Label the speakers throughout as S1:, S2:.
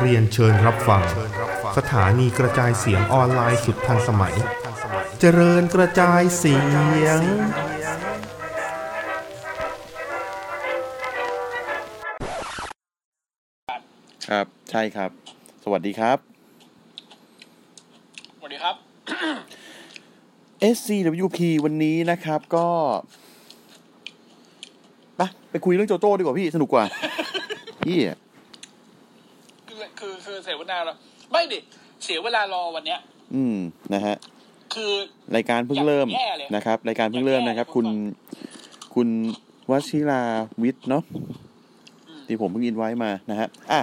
S1: เรียนเชิญรับฟัง สถานีกระจายเสียงออนไลน์สุดทันสมัย เจริญกระจายเสียง
S2: ครับ ใช่ครับ สวัสดีครับ
S3: สวัสดีครับ
S2: SCWP วันนี้นะครับก็ไปไปคุยเรื่องโจโจ้ดีกว่าพี่ สนุกก ว่า พี่อะ
S3: คือคือคือเสียเวลาเราไม่ดิเสียเวลารอวันเนี้ย
S2: อืมนะฮะ
S3: คือ
S2: รายการเพิ่งเริ่ม
S3: อยากแย่เลย
S2: นะครับ รายการเพิ่งเริ่มนะครับ
S3: อยากแย่
S2: คุณคุณวชิราวิทย์เนาะที่ผมเพิ่งอินไว้มานะฮะอ่ะ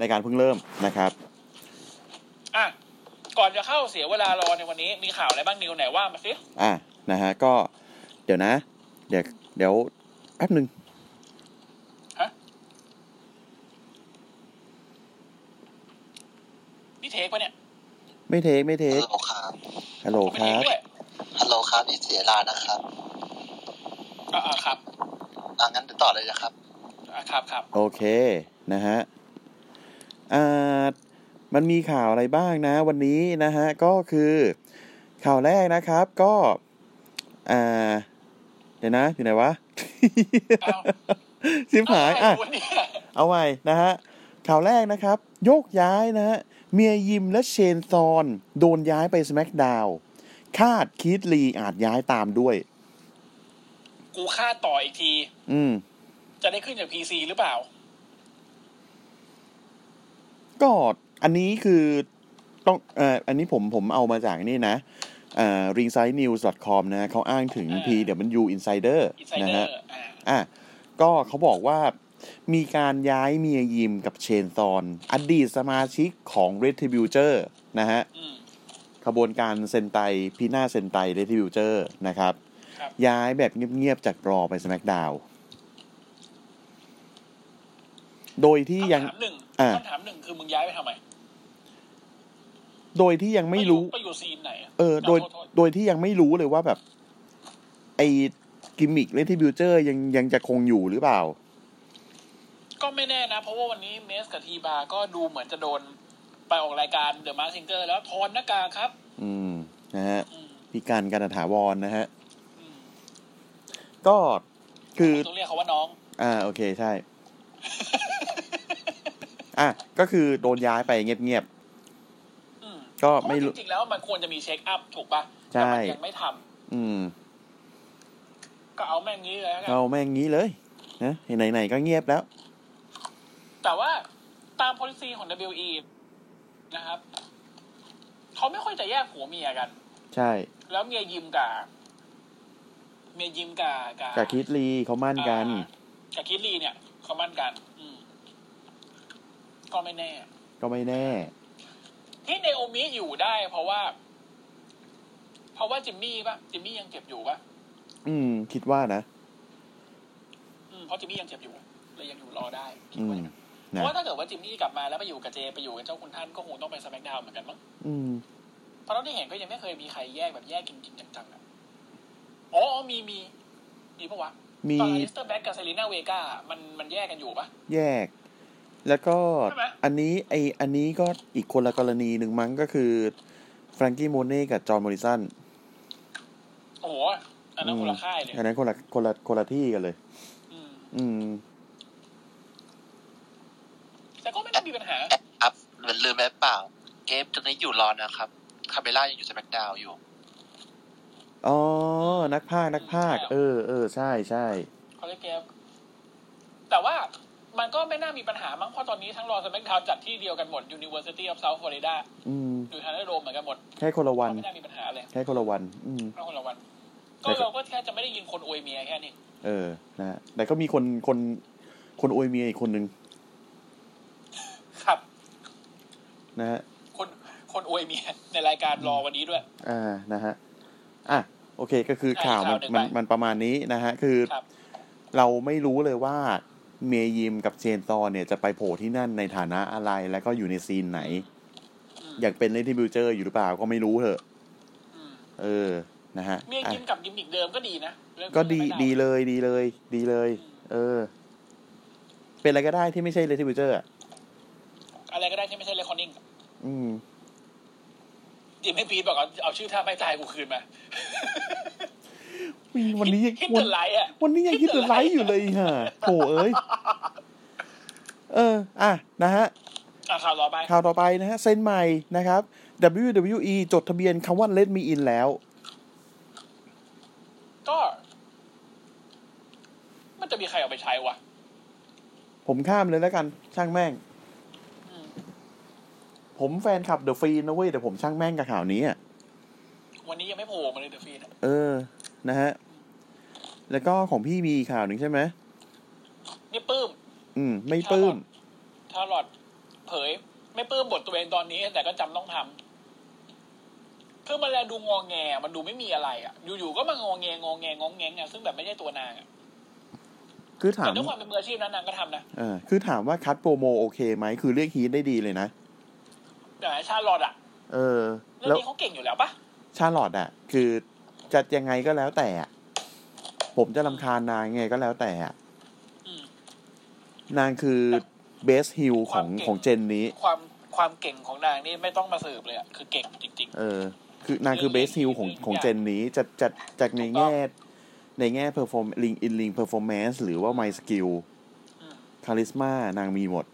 S2: รายการเพิ่งเริ่มนะครับ
S3: อ่ะก่อนจะเข้าเสียเวลารอในวันนี้มีข่าวอะไรบ้างนิวไหนว่ามาสิ
S2: อ่ะนะฮะก็เดี๋ยวนะ เดี๋ยวเดี๋ยวแป๊บหนึ่ง
S3: นี่เทคปะเนี่ย
S2: ไม่เทคไม่เท
S4: ฮั
S2: ค
S4: ลโหลครับ
S2: ฮัลโหล
S3: ผม
S2: ค
S3: ไม่เท
S2: รับ
S3: คด้วย
S4: ฮัลโหลครับนี่เสียลานะครับ
S3: อ่ะอ่ะครับ
S4: อ่างั้นต่อเลยนะครับ
S3: อ่ะครับครับ
S2: โอเค นะฮะ อ่า มันมีข่าวอะไรบ้างนะ วันนี้นะฮะ ก็คือข่าวแรกนะครับ ก็ อ่า เดี๋ยวนะ อยู่ไหนวะ
S3: เอา
S2: ชิบหาย
S3: เอ
S2: อ่ะ
S3: ไรวันเนี้ย
S2: เอาไว้นะฮะ ข่าวแรกนะครับ โยกย้ายนะฮะ เมียยิมและเชนซอน โดนย้ายไปส c k กดาวคาดคีตลีอาจย้ายตามด้วย
S3: กูคาดต่ออีกที
S2: อืม
S3: จะได้ขึ้นจากพีซีหรือเปล่า
S2: ก็อันนี้คือต้องเอ่ออันนี้ผมผมเอามาจากนี่นะเอ่อ ringsidenews.com นะเขาอ้างถึง
S3: อ่า
S2: PW Insider
S3: อินไซเด
S2: นะ
S3: อ
S2: ฮะ
S3: ร์อ่ะ
S2: อ่ะก็เขาบอกว่ามีการย้ายเมียยิมกับเชนซอน อดีตสมาชิกของ Retributor นะฮะ
S3: อืม
S2: ขบวนการเซนไตพีหน้าเซนไต Retributor นะครับ
S3: ครับ
S2: ย้ายแบบเงียบ ๆ จากรอไป SmackDown โดยที่ยัง
S3: คำถามหนึ่ง
S2: อ่ะ
S3: คำถามหนึ่งคือมึงย้ายไปทำไม
S2: โดยที่ยังไม่รู้
S3: ไปอยู่ซีนไหนอะ
S2: เออ โดย
S3: ขทษ
S2: โดยที่ยังไม่รู้เลยว่าแบบ ไอกิมมิกเลทิบิวเจอร์ยังยังจะคงอยู่หรือเปล่า
S3: ก็ไม่แน่นะ เพราะว่าวันนี้เมสกับทีบาก็ดูเหมือนจะโดนไปออกรายการเดอะมาร์ซิงเกอร์แล้วถอนหน้ากากครับ
S2: อืม นะฮะ
S3: อืม
S2: พิการการถาวรนะฮะ
S3: อืม
S2: ก็คือ
S3: ต้องเรียกเขาว่า น้อง
S2: อ่า โอเค ใช่ อ่ะ ก็คือโดนย้ายไปเงียบ
S3: อืม
S2: ๆ ก็ไม่
S3: เพ
S2: รู้
S3: ราะจริงๆแล้วมันควรจะมีเช็คอัพถูกปะ
S2: ใช่
S3: แต่มันยังไม่ทำ
S2: อืม
S3: ก็เอาแม่งนี้เลยแล้วกัน
S2: เอาแม่งงี้เลย นะไหนๆก็เงียบแล้ว
S3: แต่ว่าตาม policy ของ WE นะครับ เขาไม่ค่อยจะแยกผัวเมียกัน
S2: ใช่
S3: แล้วเมียยิมกับเมียยิมกับกับ
S2: กับคิดลีเขามั่นกัน
S3: อ่ากับคิดลีเนี่ยเขามั่นกัน อืม ก็ไม่แน่
S2: ก็ไม่แน่
S3: ที่เนโอมิอยู่ได้ เพราะว่า เพราะว่าจิมมี่ปะจิมมี่ยังเจ็บอยู่ปะ
S2: อืม คิดว่านะ
S3: อืมเพราะจิมมี่ยังเจ็บอยู่เลยยังอยู่รอได้คิด
S2: อื
S3: ว่า
S2: ม
S3: อย่าง
S2: นะ
S3: นั้น เพราะว่าถ้าเกิดว่าจิมมี่กลับมาแล้วไปอยู่กับเจไปอยู่กับเจ้าคุณท่านก็คงต้องไปสแมกดาวเหมือนกันมั้ง
S2: อืม
S3: เพราะเท่าที่เห็นก็ยังไม่เคยมีใครแยกแบบแยกจริงๆจังๆอะอ๋ออ๋อมีมีมีปะวะ
S2: มี
S3: ตอนอลิสเตอร์แบ็กกับเซรีน่าเวกามันมันแยกกันอยู่ปะ
S2: แยก แล้วก็
S3: ใช่ไหม
S2: อันนี้ไออันนี้ก็อีกคนละกรณีหนึ่งมั้งก็คือแฟรงกี้โมเน่กับจอห์นมอริสัน
S3: โอ้โหอันนั้นคนละค่ายเลย
S2: อันนั้นคนละคนละคนละที่กันเลย
S3: อืม
S2: อืม
S3: แต่ก็ไม่ได้มีปัญหา
S4: แอดอัพเหมือนลืมแอดเปล่า เกมตอนนี้อยู่รอนะครับคาเมล่ายังอยู่สแมกดาวอยู่
S2: อ๋อ นักภาคนักภาค เออเออใช่ใช่
S3: เขาเรียกเกมแต่ว่ามันก็ไม่น่ามีปัญหามั้งเพราะตอนนี้ทั้งรอสแมกดาวจัดที่เดียวกันหมด University of South Florida
S2: อืม
S3: อยู่ทันเดอร์โดมเหมือนกันหมด
S2: แค่คนละวัน
S3: ก็ไม่น่ามีปัญหาเลย
S2: แค่คนละวัน อืม
S3: ก็คนละวันก็เราก็แค่จะไม่ได้ยินคนอวยเมียแค่นี้
S2: เออ นะฮะแต่ก็มีคนคนคนอวยเมียอีกคนนึง
S3: ครับ
S2: นะฮะ
S3: คนคนอวยเมียในรายการรอวันนี้ด้วย
S2: อ่า นะฮะ อ่ะ โอเค ก็คือ
S3: ใช่
S2: ข่าวมัน
S3: ข่าวหนึ่ง
S2: มัน
S3: ไป
S2: มันประมาณนี้นะฮะ คือ
S3: ครับ
S2: เราไม่รู้เลยว่าเมยยิมกับเชนซอนเนี่ยจะไปโผล่ที่นั่นในฐานะอะไร แล้วก็อยู่ในซีนไหน
S3: อืม
S2: อยากเป็นเล t ิบิวเจอร์อยู่หรือเปล่าก็ไม่รู้เถอะ
S3: อืม
S2: เออ นะฮะ
S3: เมีย
S2: อ่ะ
S3: กิมกับกิมอีกเดิมก็ดีนะเรื่อง
S2: ก็ดี
S3: ไม่ไ
S2: ดีเลยดีเลย ดีเลย เออ เป็นอะไรก็ได้ที่ไม่ใช่เลทิบิวเจอร์อ่ะ
S3: อะไรก็ได้ที่ไม่ใช่เลคอนนิ่ง
S2: อืม
S3: ดิมให้ปีทบอกเอาเอาชื่อท่าไม่ตายกูคืนมา
S2: วันนี้ยัง
S3: ฮิต
S2: วั
S3: เด
S2: น
S3: อะไลท์อ่ะ
S2: วันนี้ยังคิดจะไลฟ์อยู่เลยฮะโถเอ้ย เออ อ่ะ นะฮะ
S3: อ่ะข่าวต่อไป
S2: ข่าวต่อไปนะฮะ เซ็นใหม่นะครับ WWE จดทะเบียนคำว่า Let Me In แล้ว
S3: ก็ มันจะมีใครเอาไปใช้วะ
S2: ผมข้ามเลยแล้วกัน ช่างแม่ง ผมแฟนคลับเดอะฟีนนะเว้ย แต่ผมช่างแม่งกับข่าวนี้อะ
S3: วันนี้ยังไม่โผล่มาเลยเดอะฟีน
S2: เออ นะฮะ แล้วก็ของพี่มีข่าวหนึ่งใช่ไหม
S3: นี่ปลื้ม
S2: อืม ไม่ปลื้ม
S3: ทารอดเผย ไม่ปลื้มบทตัวเองตอนนี้ แต่ก็จำต้องทำคือมันแลดูงองแง มันดูไม่มีอะไรอ่ะ อยู่ๆก็มางองแงงองแงงองแงงอ่ะซึ่งแบบไม่ใช่ตัวนางอะ
S2: คือถา
S3: แต่
S2: ม
S3: ด้วยความเป็นมืออาชีพนะนางก็ทำนะ
S2: เออ คือถามว่าคัดโปรโมโอเคไหม คือเรียกฮีทได้ดีเลยนะ
S3: แต่ชาลอดอ่ะ
S2: เออ
S3: เรื่อง
S2: แล้ว
S3: นี้เขาเก่งอยู่แล้วปะ
S2: ชาลอตอะคือจะยังไงก็แล้วแต่อะผมจะลำคาญนางยังไงก็แล้วแต่อะ
S3: อืม
S2: นางคือเบสฮิลของ
S3: ความเก่ง
S2: ของเจนนี้
S3: ความความเก่งของนางนี่ไม่ต้องมาสืบเลยอ่ะคือเก่งจริง
S2: เออ คือนางคือเบสฮิลของของเจนนี้จะจะจากใน
S3: ถูกต้อง
S2: แง่ ในแง่เพอร์ฟอร์มลิงอินลิงเพอร์ฟอร์แมนซ์หรือว่าไมสกิล
S3: อืม
S2: คาลิสมานางมีหมด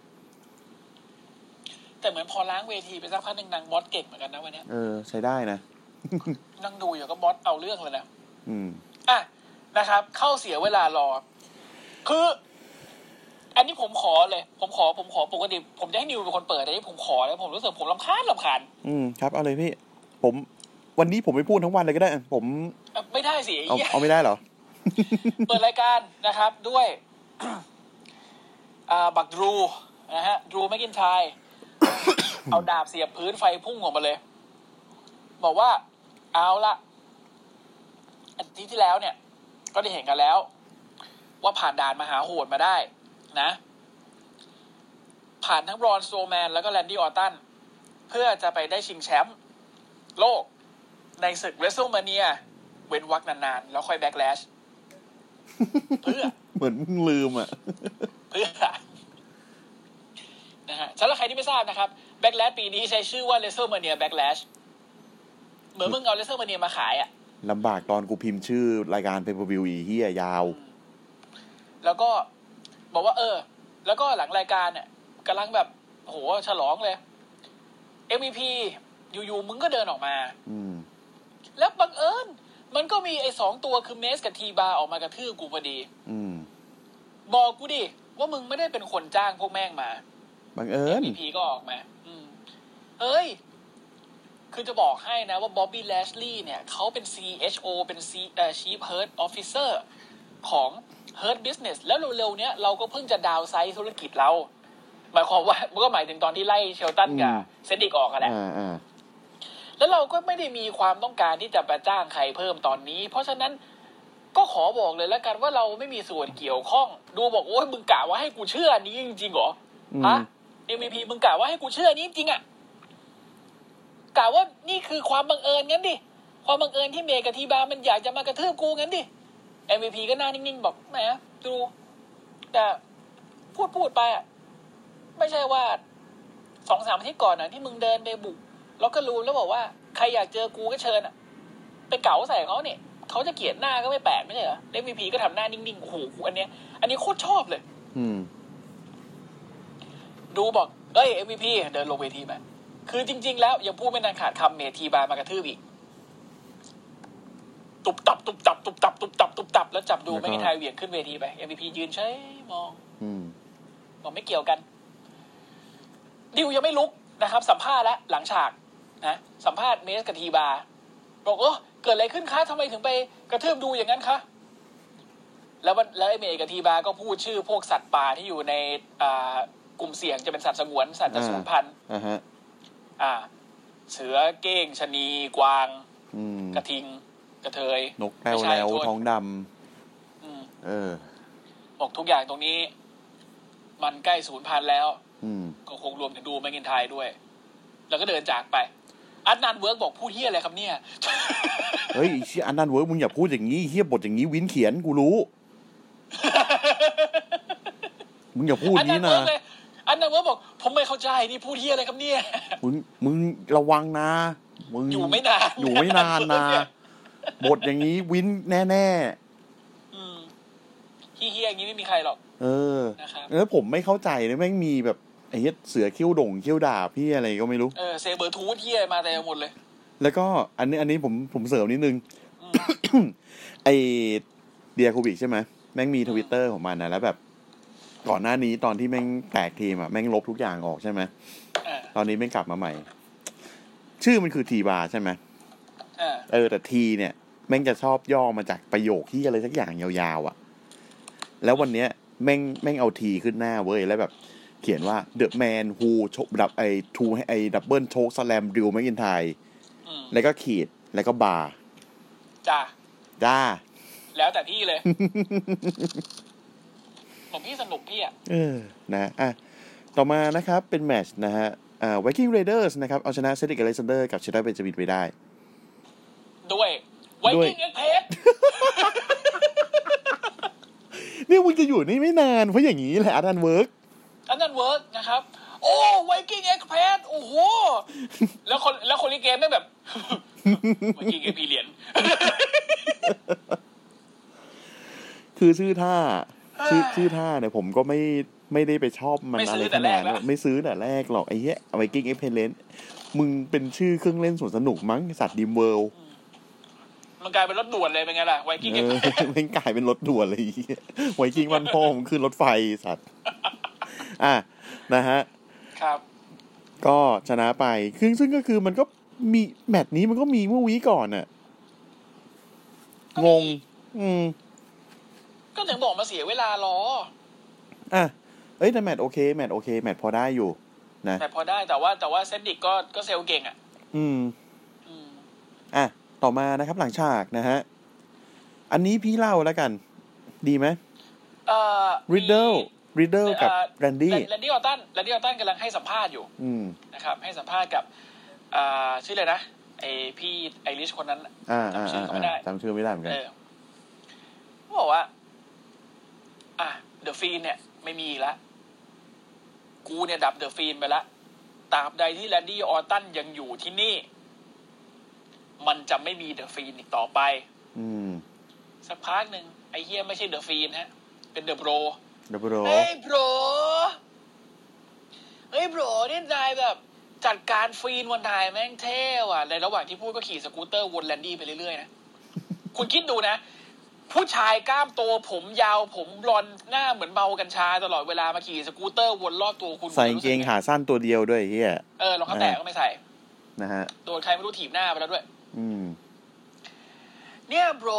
S3: ๆ แต่เหมือนพอล้างเวทีไปสักพักหนึ่งนางบอสเก่งเหมือนกันนะวันเนี้ย
S2: เออ ใช้ได้นะ
S3: นั่งดูอยู่ก็บอสเอาเรื่องเลยนะ
S2: อืม
S3: อ่ะนะครับ เข้าเสียเวลารอ คือ อันนี้ผมขอเลย ผมขอผมขอปกติผมจะให้นิวเป็นคนเปิดแต่นี่ผมขอแล้วผมรู้สึกผมลำคาญลำคาญ
S2: อืม ครับ เอาเลยพี่ ผม วันนี้ผมไม่พูดทั้งวันเลยก็ได้อะผม
S3: เอ่อไม่ได้สิไอ้
S2: เอา
S3: เหี้ย
S2: เอาไม่ได้เหรอ
S3: เปิดรายการนะครับ ด้วย อ่าบักดรูนะฮะดรูแมกกินไทย เอาดาบเสียบพื้นไฟพุ่งออกมาเลย บอกว่า เอาละอาทิตย์ที่แล้วเนี่ย ก็ได้เห็นกันแล้ว ว่าผ่านด่านมหาโหดมาได้ นะ ผ่านทั้งบรอนโซแมน แล้วก็แลนดี้ออตตัน เพื่อจะไปได้ชิงแชมป์โลก ในศึกเวสเซ e มาเนีย เว้นวักนานๆ แล้วค่อยแบ็กแลช เพื่อ
S2: เหมือนมึงลืมอ่ะ
S3: เพื่อนะฮะสำหรับใครที่ไม่ทราบนะครับแบ็กแลชปีนี้ใช้ชื่อว่าเลเซอร์มาเนียแบ็กแลชเหมือนมึงเอาเลเซอร์มาเนียมาขายอ่ะ
S2: ลำบากตอนกูพิมพ์ชื่อรายการเพ y ร์วิวอีเฮียยาว
S3: แล้วก็บอกว่า เออ แล้วก็หลังรายการเนี่ยกำลังแบบโหฉลองเลย MVP อยู่ๆมึงก็เดินออกมา
S2: อืม
S3: แล้วบังเอิญมันก็มีไอ้สองตัวคือเมสกับทีบาออกมากระทืบกูพอดี
S2: อืม
S3: บอกกูดิ ว่ามึงไม่ได้เป็นคนจ้างพวกแม่งมา
S2: บังเอิญ
S3: MVP ก็ออกมา อืมเอ้ย คือจะบอกให้นะว่าบ๊อบบี้แลชลีย์เนี่ย เขาเป็น CHO เป็น C เอ่อ Chief Herd Officer ของ Herd Business แล้วเร็วๆ เนี้ยเราก็เพิ่งจะดาวไซส์ธุรกิจเรา หมายความว่า มันก็หมายถึงตอนที่ไล่เชลตันกับ
S2: อืม
S3: เซนดิกออกกันแหละ
S2: อ่าอ่า
S3: แล้วเราก็ไม่ได้มีความต้องการที่จะไปจ้างใครเพิ่มตอนนี้ เพราะฉะนั้นก็ขอบอกเลยแล้วกันว่าเราไม่มีส่วนเกี่ยวข้อง ดูบอกโอ้ยมึงกะว่าให้กูเชื่ออันนี้จริงๆเหรอ
S2: อืม
S3: ฮะ MVP มึงกะว่าให้กูเชื่อนี้จริงๆอะกะว่านี่คือความบังเอิญงั้นดิ ความบังเอิญที่เมย์กับทีบาร์มันอยากจะมากระทืบกูงั้นดิ MVP ก็หน้านิ่งๆ บอกแหมดู แต่พูดพูดไปอะไม่ใช่ว่าสองสามอาทิตย์ก่อนนะที่มึงเดินไปบุก แล้วก็รู้แล้วบอกว่าใครอยากเจอกูก็เชิญอะไปเก๋าใส่เขาเนี่ยเขาจะเกลียดหน้าก็ไม่แปลกไม่ใช่เหรอ MVP ก็ทำหน้านิ่งๆโอ้โหอันเนี้ย อันนี้โคตรชอบเลย
S2: อืม
S3: ดูบอก เอ้ย MVP เดินลงเวทีมา คือจริง ๆ แล้วยังพูดไม่นานขาดคำเมทีบาร์มากระทืบอีก ตุบตับ ตุบตับ ตุบตับ ตุบตับ ตุบตับ แล้วจับดู
S2: แล้วก็
S3: ไม่มีทายเหวี่ยงขึ้นเวทีไป MVP ยืนเฉยมอง
S2: อืม
S3: บอกไม่เกี่ยวกัน ดิวยังไม่ลุกนะครับ สัมภาษณ์แล้วหลังฉากนะสัมภาษณ์เมสกับทีบาร์บอกโอ้เกิดอะไรขึ้นคะทำไมถึงไปกระทืบดูอย่างนั้นคะแล้วมันแล้วไอเมสกับทีบาร์ก็พูดชื่อพวกสัตว์ป่าที่อยู่ในอ่ากลุ่มเสี่ยงจะเป็นสัตว์สงวนสัตว์จะสูญพันธุ์
S2: อ่าฮะ
S3: อ่า เสือเก้งชะนี กวาง
S2: อืม
S3: กระทิง กระเทย
S2: นกแต้ว
S3: ไม่ใช่
S2: แล้ว
S3: โทษ
S2: ท้องด
S3: อืม
S2: ำ เออ
S3: บอกทุกอย่างตรงนี้ มันใกล้สูญพันธุ์แล้ว
S2: อืม
S3: ก็คงรวมถึงดูแมกกินไทยด้วย แล้วก็เดินจากไป อัดนานเวิร์กบอกพูดเฮียอะไรครับเนี่ย
S2: เฮ้ยไอ้เชี่ยอันนั้นเวิร์กมึงอย่าพูดอย่างนี้เฮียบทอย่างนี้วินเขียนกูรู้ มึงอย่าพูด
S3: อัน
S2: นี้
S3: นั้นเวิ
S2: นะ
S3: ร์กเลย อันนั้นเวิร์กบอก ผมไม่เข้าใจนี่พูดเฮียอะไรครับเนี่ย
S2: มึงมึงระวังนะ มึง
S3: อยู่ไม่นาน
S2: อยู่ไม่นานนะ บทอย่างนี้วินแน่
S3: อืมเฮียๆอย่างนี้ไม่มีใครหรอก
S2: ๆเออ
S3: นะครับ
S2: แล้วผมไม่เข้าใจเลยแม่งมีแบบไอ้เหี้ยเสือเขี้ยวด่งเขี้ยวดาบพี่อะไรก็ไม่รู้
S3: เออเซเบอร์ทูธเฮียมาแต่หมดเลย
S2: แล้วก็อันนี้อันนี้ผมผมเสริมนิดนึง
S3: อืม
S2: ไอเดียคูบิกใช่ไหมแม่งมีทวิตเตอร์ของมันนะแล้วแบบ ก่อนหน้านี้ตอนที่แม่งแตกทีมอ่ะแม่งลบทุกอย่างออกใช่ไหม
S3: อ่า
S2: ตอนนี้แม่งกลับมาใหม่ ชื่อมันคือทีบาใช่ไหม
S3: อ่า
S2: เออแต่ทีเนี่ยแม่งจะชอบย่อมาจากประโยคที่อะไรสักอย่างยาวๆอ่ะ แล้ววันเนี้ยแม่งแม่งเอาทีขึ้นหน้าเว้ยแล้วแบบ เขียนว่า The Man Who ชกดับไอทูไอดับเบิลโชกสแลมดิวแมกินไทย
S3: อืม
S2: แล้วก็ขีดแล้วก็บาร์
S3: จ้า
S2: จ้า
S3: แล้วแต่พี่ เลย ผมพี่สนุกพี่อ่ะ
S2: เออ นะ อ่ะ ต่อมานะครับ เป็นแมตชนะฮะ อ่า Viking Raiders นะครับ เอาชนะเซดิกอเลซันเดอร์กับเชดาเบนจามินไปได้
S3: ด้วย ไว
S2: ด้วย
S3: กิ้งเอ็กเพส
S2: เนี่ยมึงจะอยู่นี่ไม่นาน เพราะอย่างนี้แหละอาร์ดันเวิร์ก
S3: อันนั้นเวิร์กนะครับ โอ้ไวกิ้งเอ็กเพสโอ้โห แล้วคนแล้วคนลิเกมไม่งแบบ ไวกิ้งเอ็กพีเลียน
S2: คือชื่อท่า ชื่อ
S3: เอ้ย
S2: ชื่อท่าเนี่ยผมก็ไม่ ไม่ได้ไปชอบมัน
S3: ไม่
S2: อะ
S3: ซื้
S2: ไร
S3: อ
S2: ข
S3: แต่แร
S2: นาก ด
S3: แล้ว
S2: นั้นไม่ซื้อแต่แรกหรอกไอ้เหี้ย Viking e x p e r i e n c e มึงเป็นชื่อเครื่องเล่นสวนสนุกมั้งสัตว์ดิมเวิลด์
S3: มันกลายเป็นรถด่วนเลยเป็นไงล่ะไวกิ้ง
S2: เอ
S3: เอ็ก
S2: อ
S3: เพส
S2: แม่งกลายเป็นรถด่วนเลยไอ้เหี้ย Viking วันพ่อผมขึ้นรถไฟสัตว์ อ่ะ นะฮะ
S3: ครับ
S2: ก็ชนะไปซึ่งซึ่งก็คือมันก็มีแมตช์นี้มันก็มีเมื่อวีคก่อนน่ะ งง อืม
S3: ก็ถึงบอกมาเสียเวลารอ
S2: อ่ะ เอ้ยแต่แมตช์โอเค แมตช์โอเค แมตช์พอได้อยู่ นะ
S3: แต่พอได้แต่ว่าแต่ว่าเซนดิกก็ก็เซลเก่งอ่ะ
S2: อืม
S3: อืม
S2: อ่ะ ต่อมานะครับหลังฉากนะฮะ อันนี้พี่เล่าแล้วกัน ดีไหม
S3: เอ่อ
S2: ริดเดิลริดเดิลกับ
S3: เอ่อ
S2: แรนดี้
S3: แรนดี้ออตตันแรนดี้ออตตันกำลังให้สัมภาษณ์อยู่
S2: อืม
S3: นะครับให้สัมภาษณ์กับอ่าชื่ออะไรนะไอพี่ไอริชคนนั้น
S2: อ่าอ่า
S3: จำชื่
S2: อ่า
S3: อเขาไม่ได้
S2: อ่าจำชื่อไม่ได้เหมือนกั
S3: เอน อเขาบอกว่า อ่ะเดอะฟีนเนี่ย ไม่มีอีกแล้วกูเนี่ยดับเดอะฟีนไปละตราบใดที่แลนดี้ออตตันยังอยู่ที่นี่ มันจะไม่มีเดอะฟีนอีกต่อไป
S2: อืม
S3: สักพักหนึ่งไอเฮียไม่ใช่เดอะฟีนฮะ เป็นเดอะโบร
S2: ดับเบิลโร
S3: เฮ้ยโบรเฮ้ยโบรนี่นายแบบ จัดการฟรีนวันนายแม่งเท่ว่ะ ในระหว่างที่พูดก็ขี่สกูตเตอร์วนแลนดี้ไปเรื่อยๆนะ คุณคิดดูนะ ผู้ชายกล้ามโตผมยาวผมบลอนด์หน้าเหมือนเมากัญชาตลอดเวลามาขี่สกูตเตอร์วนรอบตัวคุณ
S2: ใส่กางเกงขาสั้นตัวเดียวด้วยไอ้เฮีย
S3: เออรองเท้าแตะก็ไม่ใส่
S2: นะฮะ
S3: โดนใครไม่รู้ถีบหน้าไปแล้วด้วย
S2: อืม
S3: เนี่ยโบร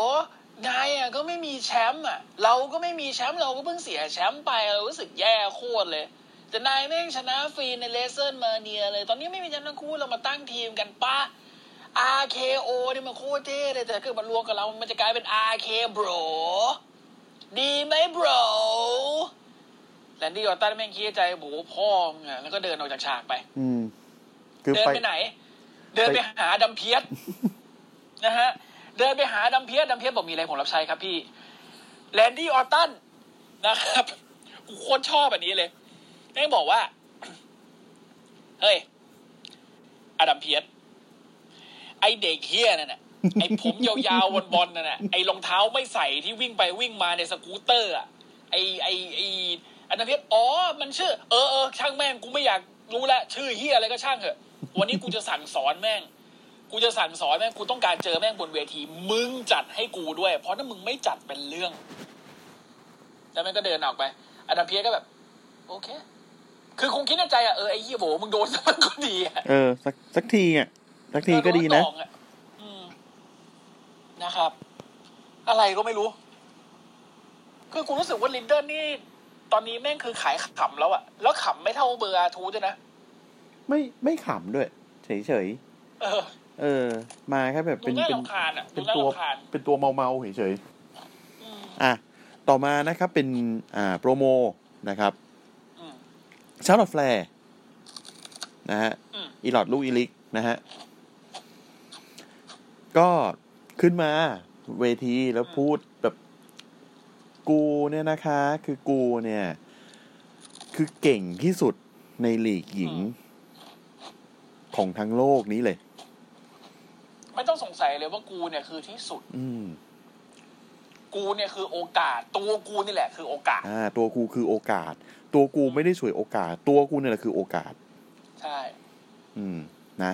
S3: นายอ่ะก็ไม่มีแชมป์อ่ะ เราก็ไม่มีแชมป์เราก็เพิ่งเสียแชมป์ไปเรารู้สึกแย่โคตรเลย แต่นายแม่งชนะฟรีในเลเซอร์มาเนียเลย ตอนนี้ไม่มีแชมป์ทั้งคู่เรามาตั้งทีมกันปะ RKO เนี่ยมันโคตรเท่เลย แต่ถ้าเกิดมันรวมกับเรา มันจะกลายเป็น RK Bro ดีไหม Bro แลนดี้ออตตันแม่งคิดในใจโบพ่อมึงอะแล้วก็เดินออกจากฉากไป
S2: อืม คือ
S3: เดิน
S2: ไป
S3: ไปไหน เดินไปหาดำเพียส นะฮะ เดินไปหาดำเพียสดำเพียสบอกมีอะไรผมรับใช้ครับพี่ แลนดี้ออตตันนะครับ กูโคตรชอบแบบนี้เลยแม่งบอกว่า เฮ้ย อดัมเพียสไอเด็กเฮียนั่นน่ะ ไอผมยาวๆบอลๆนั่นน่ะ ไอรองเท้าไม่ใส่ที่วิ่งไปวิ่งมาในสกูตเตอร์อะไอไอไออดัมเพียสอ๋อ มันชื่อ เออเออช่างแม่งกูไม่อยากรู้ละชื่อเฮียอะไรก็ช่างเถอะ วันนี้กูจะสั่งสอนแม่ง กูจะสั่งสอนแม่งกูต้องการเจอแม่งบนเวที มึงจัดให้กูด้วย เพราะถ้ามึงไม่จัดเป็นเรื่อง แล้วแม่งก็เดินออกไป อดัมเพียสก็แบบ โอเค คือคงคิดในใจอะเออไอ้เฮียโบมึงโดนสักมันก็ดีอะ
S2: เออ สักสักทีอ่ะ สักทีก็ดีนะ
S3: เออโตอออืมนะครับ อะไรก็ไม่รู้ คือกูรู้สึกว่าลินเดอร์นี่ ตอนนี้แม่งคือขายขำแล้วอะแล้วขำไม่เท่าเบอร์อาทูด้วยนะ
S2: ไม่ไม่ขำด้วย เฉยเฉย
S3: เออ
S2: ๆเออ มาแค่แบบ
S3: ดู
S2: เป็น
S3: น่า
S2: เป็น
S3: รำคาญอะ
S2: เป็
S3: ดู
S2: น
S3: น่า
S2: ตัว
S3: รำคาญ
S2: เป็นตัวเมาเมาๆเฉยเฉย
S3: อืม
S2: ๆอ่ะ ต่อมานะครับเป็นอ่าโปรโมนะครับ
S3: อืม
S2: ชาร์ลอตแฟร์นะฮะ
S3: อืม
S2: อีหลอดลูกอีลิกนะฮะ ก็ขึ้นมาเวทีแล้วพูดแบบกูเนี่ยนะคะ คือกูเนี่ย คือเก่งที่สุดในลีกหญิง ของทั้งโลกนี้เลย
S3: ไม่ต้องสงสัยเลยว่ากูเนี่ยคือที่สุด
S2: อืม
S3: กูเนี่ยคือโอกาส ตัวกูนี่แหละคือโอกาส
S2: อ่า ตัวกูคือโอกาส ตัวกูไม่ได้ฉวยโอกาส ตัวกูเนี่ยแหละคือโอกาส
S3: ใช่
S2: อืม นะ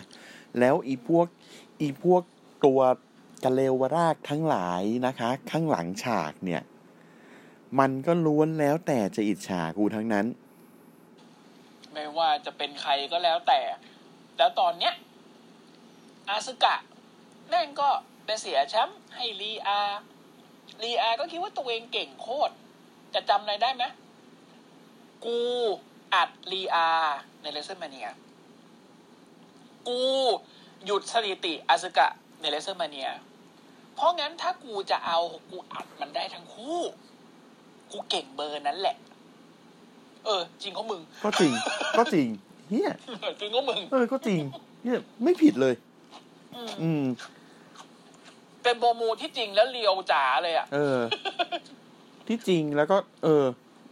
S2: แล้วอีพวก อีพวกตัวกะเลวรากทั้งหลายนะคะ ข้างหลังฉากเนี่ย มันก็ล้วนแล้วแต่จะอิจฉากูทั้งนั้น
S3: ไม่ว่าจะเป็นใครก็แล้วแต่ แล้วตอนเนี้ย อาซึกะแม่งก็ไปเสียแชมป์ให้ลีอา ลีอาก็คิดว่าตัวเองเก่งโคตร จะจำอะไรได้ไหมกูอัดลีอา ในเลเซอร์มาเนีย กูหยุดสถิติอาซึกะในเลเซอร์มาเนีย เพราะงั้นถ้ากูจะเอากูอัดมันได้ทั้งคู่ กูเก่งเบอร์นั้นแหละ เออ จริงของมึง
S2: ก็จริง ก็จริง เฮีย
S3: จริงก็มึง
S2: เออ ก็จริง เฮียไม่ผิดเลย อืม
S3: เป็นโบมูที่จริงแล้วเลียวจ๋าเลยอ่ะ
S2: เออ ที่จริงแล้วก็ เออ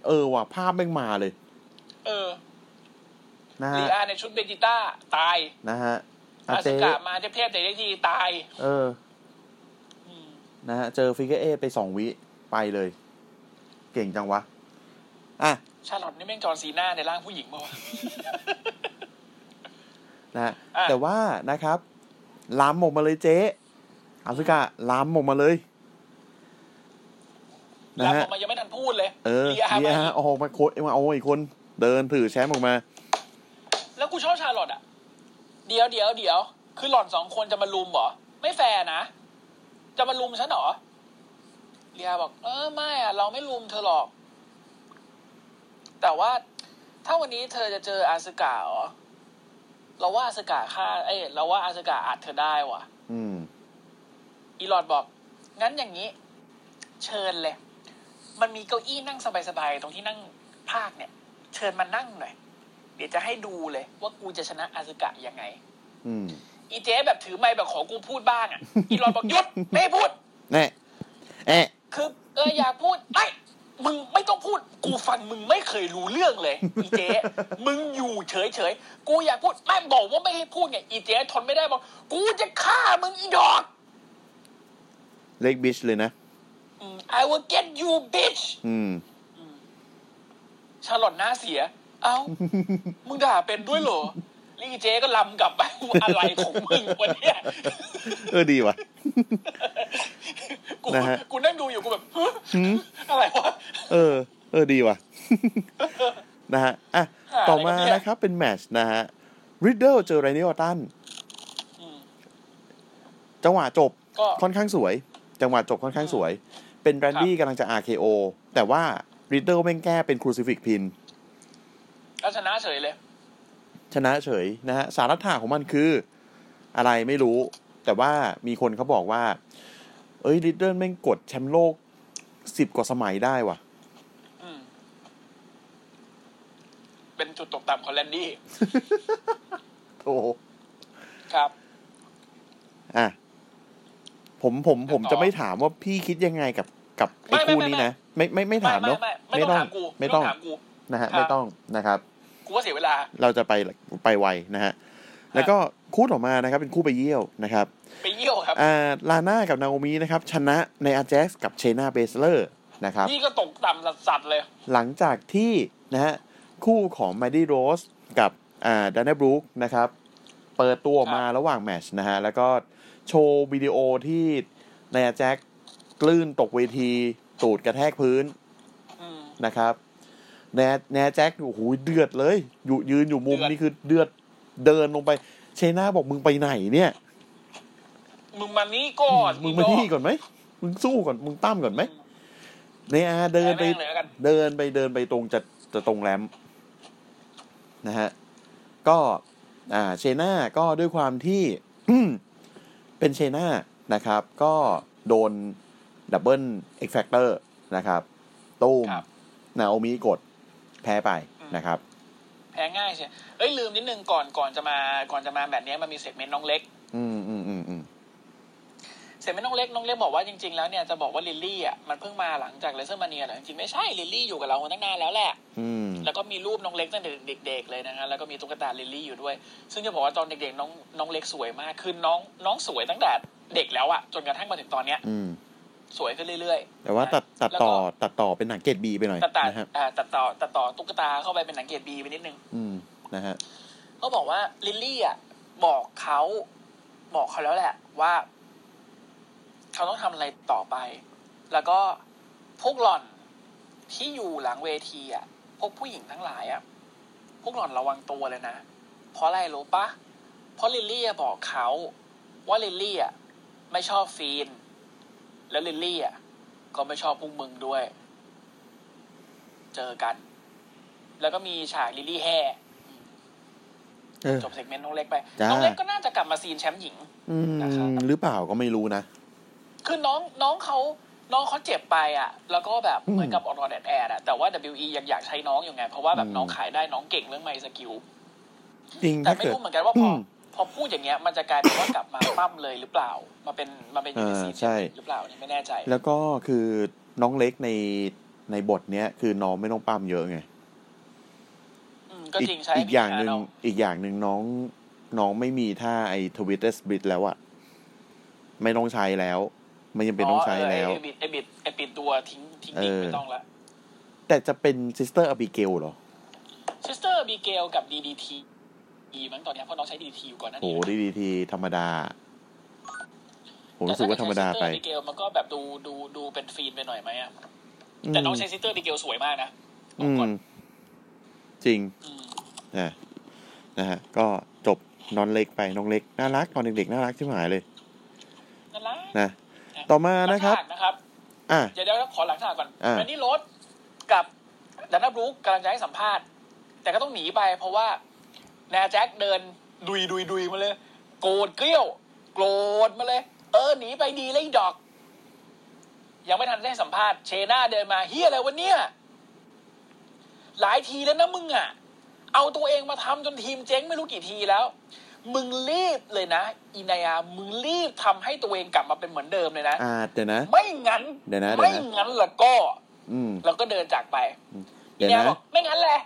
S2: เออว่ะภาพแม่งมาเลย
S3: เออ
S2: นะ
S3: ลี
S2: ฮะ
S3: อาในชุดเบนจิต้า ตาย
S2: นะฮะอา
S3: อาส
S2: เจ๊
S3: กามาเทพเทพแต่ได้ทีตาย
S2: เออ
S3: อืม
S2: นะฮะ เจอฟิกเกอร์เอไปสองวิ ไปเลย เก่งจังวะ อ่ะ
S3: ชาลอตนี่แม่งจอร์ซีน่าในร่างผู้หญิงมาวะ
S2: นะฮะ
S3: อ่ะ
S2: แต่ว่านะครับ ล้ำออกมาเลยเจ๊อาซึกะล้ำออกมาเลย นะ
S3: แล้ว
S2: ฮะ
S3: ออกมายังไม่ทันพูดเลย
S2: เออ
S3: ลีอา
S2: เนี
S3: มาย
S2: ฮะออกมาโคตรมาโอ้ยคน เดินถือแชมป์ออกมา
S3: แล้วกูชอบชาลอตอ่ะ เดี๋ยวเดี๋ยวเดี๋ยว คือหล่อนสองคนจะมาลุมเหรอ ไม่แฟร์นะ จะมาลุมฉันเหรอลีอาบอก เออไม่อ่ะ เราไม่ลุมเธอหรอก แต่ว่าถ้าวันนี้เธอจะเจออาสกาเหรอเราว่าอาสกาฆ่าเอ้ยเราว่าอาสกาอาจเธอได้ว่ะ
S2: อืม
S3: อีลอดบอก งั้นอย่างนี้ เชิญเลย มันมีเก้าอี้นั่งสบายๆ ตรงที่นั่งภาคเนี่ย เชิญมานั่งหน่อย เดี๋ยวจะให้ดูเลยว่ากูจะชนะอาซึกะยังไง
S2: อืม
S3: อีเจ๊แบบถือไม้แบบขอกูพูดบ้างอ่ะ อีลอดบอกหยุดไม่ให้พูด
S2: แน่แอะ
S3: คือเอออยากพูดไอ้ยมึงไม่ต้องพูด กูฟังมึงไม่เคยรู้เรื่องเลย อีเจ๊ มึงอยู่เฉยเฉยๆกูอยากพูดแม่งบอกว่าไม่ให้พูดไงอีเจ๊ทนไม่ได้บอก กูจะฆ่ามึงอีดอก
S2: เล็กบิชเลยนะ
S3: I will get you bitch
S2: อืม
S3: ชาลอตหน้าเสีย เอ้า มึงด่าเป็นด้วยเหรอแลี่เจ๊ก็ลำกลับไป ว่าอะไรของมึงวันเนี้ย
S2: เออดีว่ะ
S3: กู
S2: นะฮะ
S3: กูนั่งดูอยู่กูแบบฮะ อะไรวะ
S2: เออ เออ ดีว่ะ นะฮะ อ่ะ
S3: หาอะไร
S2: ต่อมา
S3: ครับเนี่ย
S2: นะครับ เป็นแมตชนะฮะริดเดิลเจอไรนิออตัน
S3: อืม
S2: จังหวะจบ
S3: ก็
S2: ค่อนข้างสวย จังหวะจบค่อนข้างสวย เป็นแรนดี้กำลังจะ RKO แต่ว่าริดเดิลแม่งแก้เป็นครูซิฟิกพิน
S3: แล้วชนะเฉยเลย
S2: ชนะเฉยนะฮะ สาระถ่าของมันคือ อะไรไม่รู้ แต่ว่ามีคนเขาบอกว่า เอ้ยริดเดิลแม่งกดแชมป์โลกสิบกว่าสมัยได้ว่ะ
S3: อืม เป็นจุดตกต่ำของแลนดี้
S2: โอ้โห
S3: ครับ
S2: อ่ะ ผมผมผม
S3: ต่อ
S2: จะไม่ถามว่าพี่คิดยังไงกับกับไอ้
S3: ไม่
S2: คู่
S3: ไม่ไม่
S2: นี้นะ ไม่ไม่ไม่
S3: ไม่
S2: ถาม
S3: ไม่
S2: เนาะ
S3: ไม่ไม่ต้องถามกู
S2: ไม่ต้อง
S3: ถามกู
S2: นะฮะ
S3: ครับ
S2: ไม่ต้องนะครับ
S3: กูว่าเสียเวลา
S2: เราจะไปไปไวนะฮะ แล้วก็คู่ต่อมานะครับ เป็นคู่ไปเยี่ยวนะครับ
S3: ไปเยี่ยวครับ
S2: อ่าลาน่ากับนาโอมินะครับ ชนะในอาแจ็กกับเชนาเบสเลอร์นะครับ
S3: นี่ก็ตกต่ำสัสๆเลย
S2: หลังจากที่นะฮะคู่ของแมดดี้โรสกับอ่าดานน่บรูคนะครับ เปิดตัวออกมา
S3: ครับ
S2: ระหว่างแมตชนะฮะ แล้วก็โชว์วิดีโอที่นายแจ็คกลื่นตกเวทีตูดกระแทกพื้น
S3: อืม
S2: นะครับแนแนแจ็คโอ้โหเดือดเลย อยู่ยืนอยู่มุม
S3: เดือด
S2: นี่คือเดือดเดินลงไป เชน่าบอกมึงไปไหนเนี่ย
S3: มึงมานี่ก่อน
S2: มึงมาที่ก่อนไหม มึงสู้ก่อน มึงตั้มก่อนไหมเนอาเดิ
S3: เดิ
S2: น
S3: น
S2: ไป
S3: ไปเลยแล้วกัน
S2: เดินไปเดินไปตรงจะจะตรงแรมป์นะฮะ ก็อ่าเชน่าก็ด้วยความที่ เป็นเชน่านะครับ ก็โดนดับเบิลเอ็กแฟกเตอร์นะครับตูม
S3: ครับ
S2: นาโอมิกดแพ้ไป
S3: อืม
S2: นะครับ
S3: แพ้ง่ายใช่เอ้ยลืมนิดนึงก่อนก่อนจะมาก่อนจะมาแบบนี้ยมันมีเซกเมนต์น้องเล็ก
S2: อืมอืมอืมอืม
S3: เสียงไม่น้องเล็กน้องเล็กบอกว่าจริง ๆ แล้วเนี่ยจะบอกว่าลิลลี่อ่ะมันเพิ่งมาหลังจากเลเซอร์มาเนียเหรอจริงๆไม่ใช่ลิลลี่อยู่กับเรามาตั้งนานแล้วแหละ
S2: อืม
S3: แล้วก็มีรูปน้องเล็กตั้งแต่เด็ก ๆ เลยนะฮะแล้วก็มีตุ๊กตาลิลลี่อยู่ด้วย ซึ่งจะบอกว่าตอนเด็กๆน้องน้องเล็กสวยมากคือน้องน้องสวยตั้งแต่เด็กแล้วอะจนกระทั่งมาถึงตอนเนี้ย
S2: อืม
S3: สวยขึ้นเรื่อยๆ
S2: แต่ว่าตัดตัด
S3: แล้วก็
S2: ต่อตัดต่อเป็นหนังเกรดบีไปหน่อย
S3: ตัดต่อ
S2: นะฮะ
S3: อ่าตัดต่อตัดต่อตุ๊กตาเข้าไปเป็นหนังเกรดบีไปนิดนึง
S2: อืมนะฮะ
S3: ก็บอกว่าลิลลี่อ่ะบอกเขาบอกเขาแล้วแหละว่าเขาต้องทำอะไรต่อไป แล้วก็พวกหล่อนที่อยู่หลังเวทีอ่ะ พวกผู้หญิงทั้งหลายอ่ะพวกหล่อนระวังตัวเลยนะ เพราะอะไรรู้ปะเพราะลิลลี่อะบอกเขาว่าลิลลี่อ่ะไม่ชอบฟีน แล้วลิลลี่อ่ะก็ไม่ชอบพวกมึงด้วย เจอกัน แล้วก็มีฉากลิลลี่แห่
S2: เออ
S3: จบเซกเมนต์น้องเล็กไป
S2: จ้า
S3: น้องเล็กก็น่าจะกลับมาซีนแชมป์หญิง
S2: อืม
S3: นะครับ
S2: หรือเปล่าก็ไม่รู้นะ
S3: คือน้องน้องเขาน้องเขาเจ็บไปอ่ะ แล้วก็แบบ
S2: อืม
S3: เหมือนกับออนออนแอดแอดอ่ะ แต่ว่า WE ยังอยากใช้น้องอยู่ไง เพราะว่าแบบ
S2: อืม
S3: น้องขายได้น้องเก่งเรื่องไมค์สกิล
S2: จริง
S3: แต่
S2: ถ้า
S3: ไม่
S2: เกิด
S3: รู้เหมือนกันว่าพ
S2: อื
S3: อ
S2: ม
S3: พอพูดอย่างเงี้ย มันจะกลายเป็นว่ากลับมา ปั้มเลยหรือเปล่า มาเป็นมาเป็นยูนิซี
S2: อ่าใช่
S3: หรือเปล่าเนี่ยไม่แน่ใจ
S2: แล้วก็คือน้องเล็กในในบทเนี้ย คือน้องไม่ต้องปั้มเยอะไง
S3: อืมก็
S2: อีก
S3: จริงใช้
S2: อีกอย่างหนึ่ง
S3: เะ
S2: อีกอย่างหนึ่งน้องน้องไม่มีท่าไอ้ทวิตเตอร์สบิดแล้วอะไม่ต้องใช้แล้ว ไม่ยังเป็นต้องใช้แล้ว
S3: ไอบิดไอบิดไอบิดตัวทิ้งทิ้งดิ่ง
S2: เออ
S3: ไม่ต้องละ
S2: แต่จะเป็นซิสเตอร์อบิเกลเหรอ
S3: ซิสเตอร์บีเกลกับ DDT อีมั้งตอนเนี้ยเพราะน้องใช้ DDT อยู่ก่อนหนั้าน
S2: โห
S3: นี้
S2: ดีดีทีธรรมดาผมรู้สึกว่าธรรมดาไป
S3: แต่ถ้เกิดใช้ซิสเตอร์บิเกลมันก็แบบดูดูดูเป็นฟีนไปหน่อยไหมอะ
S2: ม
S3: แต่น้องใช้ซิสเตอร์บิเกลสวยมากนะบอ
S2: อื
S3: กก่อน
S2: มจริง
S3: อืม
S2: นะนะฮะ ก็จบน้องเล็กไปน้องเล็กน่ารักตอนเด็กๆน่ารักที่หายเลย
S3: นั่นละ
S2: นะต่อมานะครับ
S3: หลังฉากนะครับ
S2: อ่ะ
S3: เดี๋ยวเดี๋ยวขอหลังฉากก่อน
S2: อ่า
S3: แมนนี่โรสกับดานาบรูคกำลังจะให้สัมภาษณ์ แต่ก็ต้องหนีไปเพราะว่าแนาแจ็คเดินดุยดุยดุยมาเลย โกรธเกลี้ยว โกรธมาเลย เออหนีไปดีเลยไอ้ดอก ยังไม่ทันได้สัมภาษณ์เชน่าเดินมาเฮียอะไรวะเนี่ย หลายทีแล้วนะมึงอ่ะ เอาตัวเองมาทำจนทีมเจ๊งไม่รู้กี่ทีแล้ว มึงรีบเลยนะอินายามึงรีบทำให้ตัวเองกลับมาเป็นเหมือนเดิมเลยนะ
S2: อ่าเดี๋ยวนะ
S3: ไม่งั้น
S2: เดี๋ยวนะเดี๋ยวนะ
S3: ไม่งั้นแล้วก็
S2: อืม
S3: แล้วก็เดินจากไป
S2: เดี๋ยว
S3: อิ
S2: นะ
S3: นาบอกไม่งั้นแหละ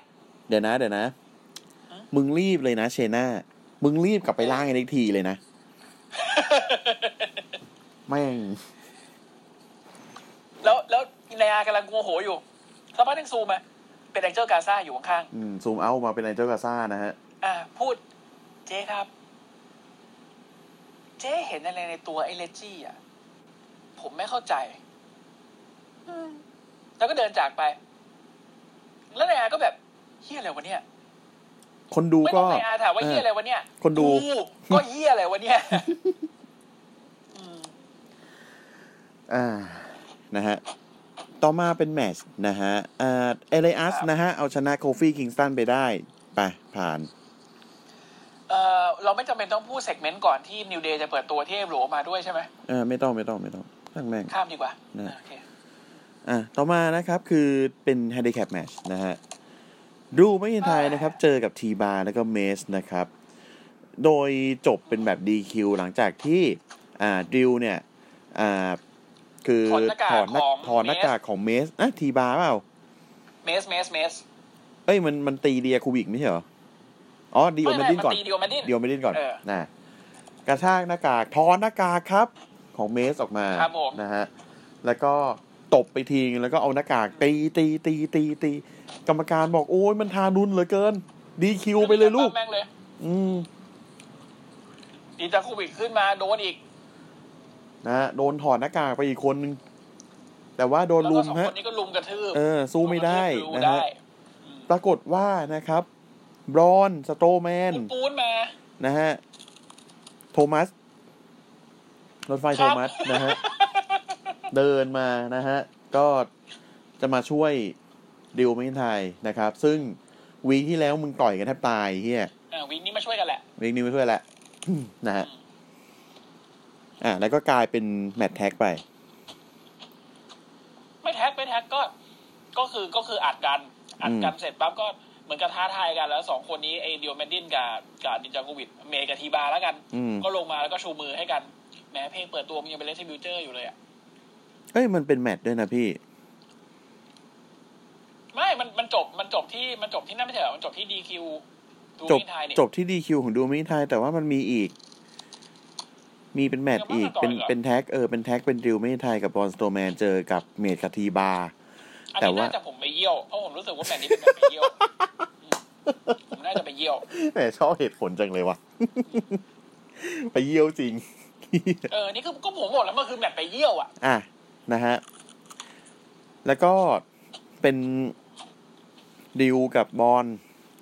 S2: เดี๋ยวนะ เดี๋ยวนะ
S3: ฮะ
S2: มึงรีบเลยนะเชน่า มึงรีบกลับไปล่างไอ้เล็กทีเลยนะไม่ง
S3: แล้วแล้วอินายากำลังโมโหอยู่สักพักหนึงซูมมาเป็นแองเจลกาซาอยู่ข้าง
S2: อืมซูมเอามาเป็นไอเจ้ากาซ่านะฮะ
S3: ๆอ่า พูด เจ๊ครับ เจ๊เห็นอะไรในตัวไอ้เลจจี้อ่ะ ผมไม่เข้าใจอืมแล้วก็เดินจากไป แล้วนายอาก็แบบเฮียอะไรวะเนี่ย
S2: คนดู
S3: ไม่ต้
S2: ก็
S3: องนายอาถามว่าเฮียอะไร
S2: เอ
S3: วะเนี่ย
S2: คนดู
S3: กูก็เฮียอะไรวะ เนี่ย อืม
S2: อ่า นะฮะ ต่อมาเป็นแมตชนะฮะอ่าเอเลอัส
S3: ครับ
S2: นะฮะ เอาชนะโคฟี่คิงสตันไปได้ ไป ผ่าน
S3: เอ่อเราไม่จำเป็นต้องพูดเซกเมนต์ก่อนที่นิวเดย์จะเปิดตัวที่เอมโรมาด้วยใช่ไหม
S2: เออไม่ต้องไม่ต้องไม่ต้องช่างแม่ง
S3: ข้ามดีกว่า
S2: นะ
S3: โอเค
S2: อ่ะต่อมานะครับคือเป็น handicap match นะฮะดูไม่ยินไทยนะครับ เจอกับทีบาร์แล้วก็เมสนะครับ โดยจบเป็นแบบ DQ หลังจากที่อ่าดิวเนี่ยอ่าคือหน้าถอดหน้ากากของเมสอ่ะทีบาร์เปล่า
S3: เมสเมสเมส
S2: เอ้ยมันมันตีเดียคูบิกไม่ใช่เหรอ อ๋อดีโอเมนดินก่อน
S3: ตีเดียวมันดิ้น
S2: เดียวไม่ดิ้นก่อน
S3: เออ
S2: นะกระชากหน้ากากถอนหน้ากากครับ ของเมสออกมา
S3: ครับผม
S2: นะฮะ แล้วก็ตบไปทีนึงแล้วก็เอาหน้ากากตีตีตีตีตีกรรมการบอกโอ้ยมันทารุนเหลือเกิน ดีคิวไปเลยลูก
S3: แม่งเลย
S2: อืม
S3: ดีจากคูบิกขึ้นมาโดนอีก
S2: นะฮะโดนถอดหน้ากากไปอีกคนนึง แต่ว่าโดน
S3: แล้ว
S2: ลุ
S3: ก็
S2: ม
S3: สอง
S2: ฮะ
S3: คนนี้ก็ลุมกระทืบ
S2: เออ สู้ไม่ได้
S3: ลุกร
S2: นะ
S3: ทืบ
S2: ฮะ
S3: ได้
S2: ปรากฏว่านะครับ บรอนสโตแมน
S3: ปูนปูนมา
S2: นะฮะ โทมัส รถไฟ
S3: ครั
S2: โท
S3: บ
S2: มัสนะฮะ เดินมานะฮะ ก็จะมาช่วยดิวไม่ไทยนะครับ ซึ่งวีคที่แล้วมึงต่อยกันแทบตายเฮีย
S3: อ่าวิงนี้มาช่วยกันแหละ
S2: วีคนี้ไม่ช่วยละ นะฮะ อ่ะแล้วก็กลายเป็นแมตช์แท็กไป
S3: ไม่แท็กไม่แท็กก็ ก็คือก็คืออัดกันอัดกันเสร็จปั๊บก็เหมือนกับท้าทายกันแล้วสองคนนี้ไอเดียวแมนดินกับกับดินจากูบิกเมย์กับทีบาแล้วกัน
S2: อืม
S3: ก็ลงมาแล้วก็ชูมือให้กัน แหมเพลงเปิดตัวมันยังเป็นเลสติบิวเจอร์อยู่เลยอ่ะ
S2: เอ้ยมันเป็นแมตช์ด้วยนะพี่
S3: ไม่ มัน มันจบ มันจบที่ มันจบที่นั่นไม่ใช่เหรอ มันจบที่ดีคิวดู
S2: จบ
S3: มินไทยนี่
S2: จบที่ดีคิวของดูมินไทยแต่ว่ามันมีอีก มีเป็นแมตช์อีก
S3: เดี๋ยว
S2: เป็น
S3: ว่ากันก่อน
S2: เป็นแท็กเออเป็นแท็กเป็นดิวมินไทยกับบอลสโตแมนเจอกับเมดคาทีบา
S3: อัน
S2: แต่
S3: นี้
S2: ว่า
S3: น่าจะผมไปเยี่ยว เพราะผมรู้สึกว่าแมตช์นี้เป็นแบบไป เยี่ยวอืมผมน่าจะไปเยี่ยว
S2: แต่ชอบเหตุผลจังเลยว่ะ ไปเยี่ยวจริง
S3: เออ นี่คือก็ผมบอกแล้วมันคือแมตช์ไปเยี่ยวอ่ะ
S2: อ่ะ นะฮะ แล้วก็เป็นดิวกับบอล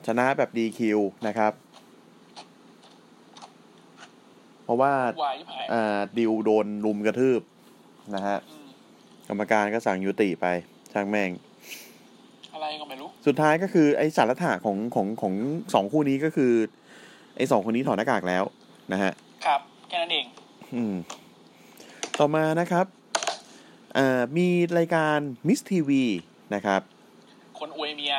S2: ชนะแบบดีคิวนะครับ เพราะว่า
S3: วายที่หาย
S2: อ่าดิวโดนลุมกระทืบ นะฮะ
S3: อืม
S2: กรรมการก็สั่งยุติไป ช่างแม่ง
S3: อะไรก็ไม่รู้
S2: สุดท้ายก็คือไอ้สารถะของของของสองคู่นี้ก็คือ ไอ้สองคนนี้ถอดหน้ากากแล้วนะฮะ
S3: ครับ แค่นั้นเอง
S2: อืม ต่อมานะครับเอ่อมีรายการมิสทีวีนะครับ
S3: คนอวยเมีย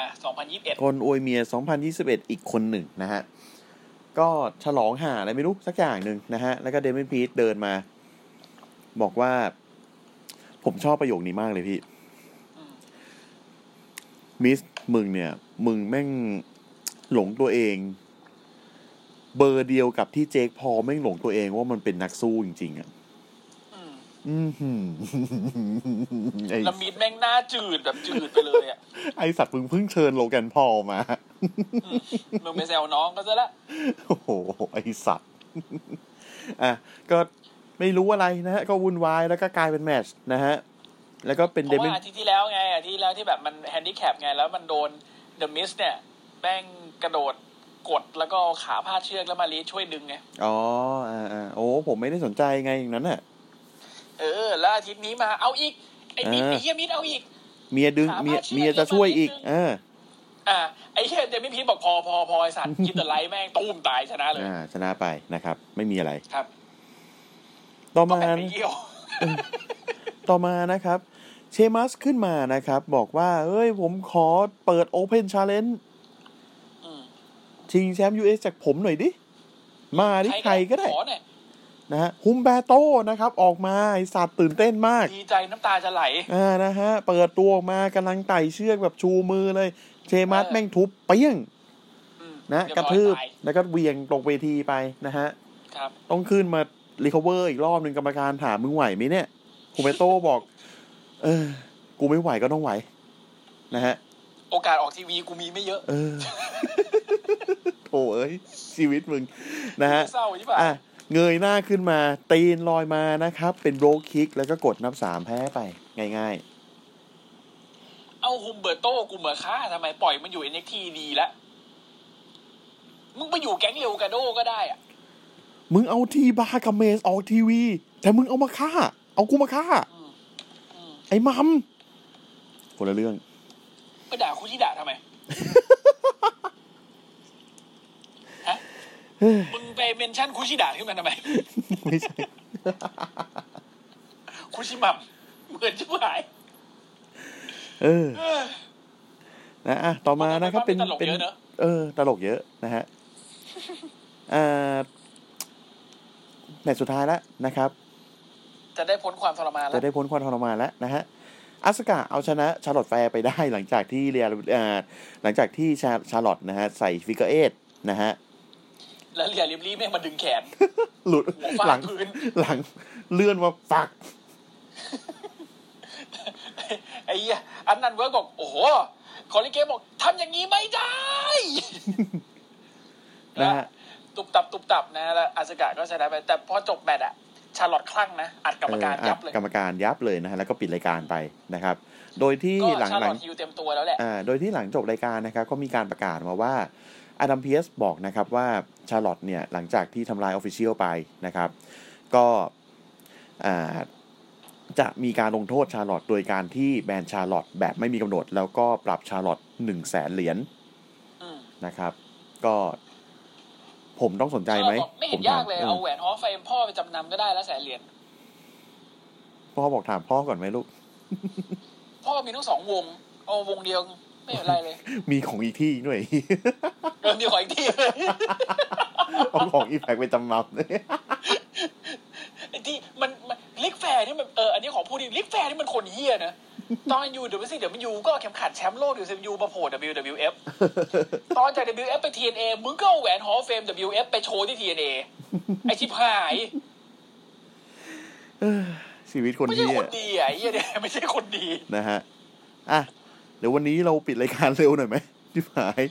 S3: 2021
S2: คนอวยเมีย 2021 อีกคนหนึ่งนะฮะ ก็ฉลองหาอะไรไม่รู้สักอย่างหนึ่งนะฮะ แล้วก็เดมินพีทเดินมา บอกว่า ผมชอบประโยคนี้มากเลยพี่
S3: อืม
S2: มิสมึงเนี่ย มึงแม่งหลงตัวเอง เบอร์เดียวกับที่เจคพอลแม่งหลงตัวเองว่ามันเป็นนักสู้จริง ๆอ่ะ
S3: อืม
S2: อื้อหือไอ้
S3: แล้วมิดแม่งหน้าจืดแบบจืดไปเลยอ่ะ
S2: ไอสัตว์มึงเพิ่งเชิญโลแกนพอลมา
S3: มึงไปแซวน้องก็ซะละ
S2: โอ้โห ไอสัตว์ อ่ะ ก็ไม่รู้อะไรนะฮะ ก็วุ่นวายแล้วก็กลายเป็นแมตชนะฮะ แล้วก็เป็น
S3: เพ
S2: เด
S3: ราะ
S2: มิ
S3: ว่าน อาทิตย์ที่แล้วไงอาทิตย์ที่แล้วที่แบบมันแฮนดิแคปไงแล้วมันโดนเดอะมิสเนี่ยแม่งกระโดดกดแล้วก็เอาขาพาดเชือกแล้วมาลีช่วยดึงไง
S2: อ๋อ อ่าอ่าโอ้ผมไม่ได้สนใจไงอย่างนั้นน่ะ
S3: เออ แล้วอาทิตย์นี้มาเอาอีก ไอ้มิด
S2: เออ
S3: ไอ้เฮียมิดเอาอีก
S2: เมียดึง
S3: สามารถ
S2: เมีย
S3: เชื่อ
S2: เมียจะช่วยอีก
S3: ได้บ้างนิดนึง
S2: อ่า
S3: อ่าไอ้เฮียเดมิสพีทบอกพอพอพอไอ้ สัตว์ คิดแต่ไลท์แม่งตูมตายชนะเลย
S2: อ่า ชนะไปนะครับ ไม่มีอะไร
S3: ครับ
S2: ต่อมา
S3: แม่งไปเยี่ยว
S2: ต่อมานะครับ เชมัสขึ้นมานะครับ บอกว่า เอ้ย ผมขอเปิดโอเพนชาเลนจ์
S3: อืม
S2: ชิงแชมป์ยูเอสจากผมหน่อยดิ มาดิใครก็ได้
S3: ขอเนี่อย
S2: นะฮะฮุมแบโต้นะครับ ออกมาไอสัตว์ตื่นเต้นมาก
S3: ดีใจน้ำตาจะไหล
S2: อ่านะฮะ เปิดตัวออกมากำลังไต่เชือกแบบชูมือเลย เชมัส
S3: เออ
S2: แม่งทุบเปี้ยง
S3: อืม
S2: นะ
S3: เย
S2: กระ
S3: อย
S2: ทืบ
S3: ตาย
S2: แล้วก็เหวียงตกเวทีไปนะฮะ
S3: ครับ
S2: ต้องขึ้นมารีคอเวอร์อีกรอบหนึ่งกรรมการถามมึงไหวไหมเนี่ยคูเมโต้ บอก เออ กูไม่ไหวก็ต้องไหว นะฮะ
S3: โอกาสออกทีวีกูมีไม่เยอะ
S2: เอ อ โถเอ้ย ชีวิตมึง นะ ฮะ
S3: เศร้าใช่ปะ
S2: อ่ะ เงยหน้าขึ้นมา ตีนลอยมานะครับ เป็นโบรกคิก แล้วก็กดนับสามแพ้ไป ง่าย
S3: เอาฮุมเบอร์โต้กูเหมือค่าทำไมปล่อยมันอยู่เอ็นเอ็กทีดีแล้วมึงไปอยู่แก๊งเรวกาโดก็ได้อะ
S2: ๆ มึงเอาทีบาร์กับเมสออกทีวี แต่มึงเอามาฆ่า เอากูมาฆ่า
S3: อืมอืม
S2: ไอ้มัมคนละเรื่อง
S3: ไปด่าคุชิดะทำไม ฮะมึงไปเมนชั่นคุชิดะขึ้นมาทำไม
S2: ไม่ใช่
S3: คุชิมัมเหมือนชิบหาย
S2: เออ
S3: เออ
S2: นะอ่ะต่อมานะครับ เป็น
S3: ตลก
S2: เป็น
S3: เยอะเนอะ
S2: เออ ตลกเยอะนะฮะอ่าแมตช์สุดท้ายแล้วนะครับ
S3: จะได้พ้นความทรมานแล้
S2: จะ
S3: ว
S2: ได้พ้นความทรมานแล้วนะฮะอาสกาเอาชนะชาร์ลอตแฟร์ไปได้หลังจากที่เรียลอ่าหลังจากที่ชาชาร์ลอตนะฮะใส่ฟิกเกอร์เอทนะฮะ
S3: แล้วเรียริบลี่แม่งมาดึงแขน
S2: หลุด
S3: หัวฟาด
S2: หลัง
S3: พื้น
S2: หลังเลื่อนมาฝัก
S3: ไอ้เหี้ยอันนั้นเวิร์กบอก โอ้โหคอลิเกมบอกทำอย่างนี้ไม่ได้
S2: นะฮะ
S3: ตุบตับตุบตับนะแล้วอาสกะก็ชนะไป แต่พอจบแมตช์อะชาร์ลอตคลั่งนะ อัดกรรมการ
S2: เอออ่ะ
S3: ยับเลย
S2: กรรมการยับเลยนะฮะแล้วก็ปิดรายการไปนะครับ โดยที่
S3: ก็
S2: หลัง
S3: ชาร์
S2: ห
S3: ล
S2: ลั
S3: อง ตฮิวเต็มตัวแล้วแหละ
S2: อ่าโดยที่หลังจบรายการนะครับก็มีการประกาศมาว่าอดัมเพียสบอกนะครับว่าชาร์ลอตเนี่ยหลังจากที่ทำลายออฟฟิเชียลไปนะครับ ก็อ่าจะมีการลงโทษชาร์ลอตโดยการที่แบนชาร์ลอตแบบไม่มีกำหนด แล้วก็ปรับชาร์ลอต1 0 0 0 0แสนเหรียญ
S3: อืม
S2: นะครับ ก็ผมต้องสนใจไหม
S3: ชาร์ลอตบอกไม่
S2: ผ
S3: เห็น
S2: ถ
S3: ยากเลย
S2: อ
S3: เอา
S2: อ
S3: แหวนฮอฟเฟมพ่อไปจำนำก็ได้แล้วแสนเหรียญ
S2: พ่อบอกถามพ่อก่อนไหมลูก
S3: พ่อมีทั้งสองวง เอาวงเดียวไม่เป็นไร เลย
S2: มีของอีกที่ด้วย
S3: เออมีขออีกที่เลย
S2: เอาของอีแพกไปจำนำเลย
S3: ไอ้ที่ นี่มันคนเฮี้ยนะ ตอนอยู่ WCW ก็เอาเข็มขัดแชมป์โลก WCW มาโผล่ WWF ตอนจาก WF ไป TNA มึงก็เอาแหวนฮอลเฟม WF ไปโชว์ที่ TNA ไอชิบหาย
S2: ชีวิตคน
S3: ไม่ใช่
S2: เหี้
S3: ค
S2: ย
S3: นดีอ่ะไอ้เหี้ย เนี่ยไม่ใช่คนดี
S2: นะฮะอ่ะเดี๋ยววันนี้เราปิดรายการเร็วหน่อยไหม ทิพหาย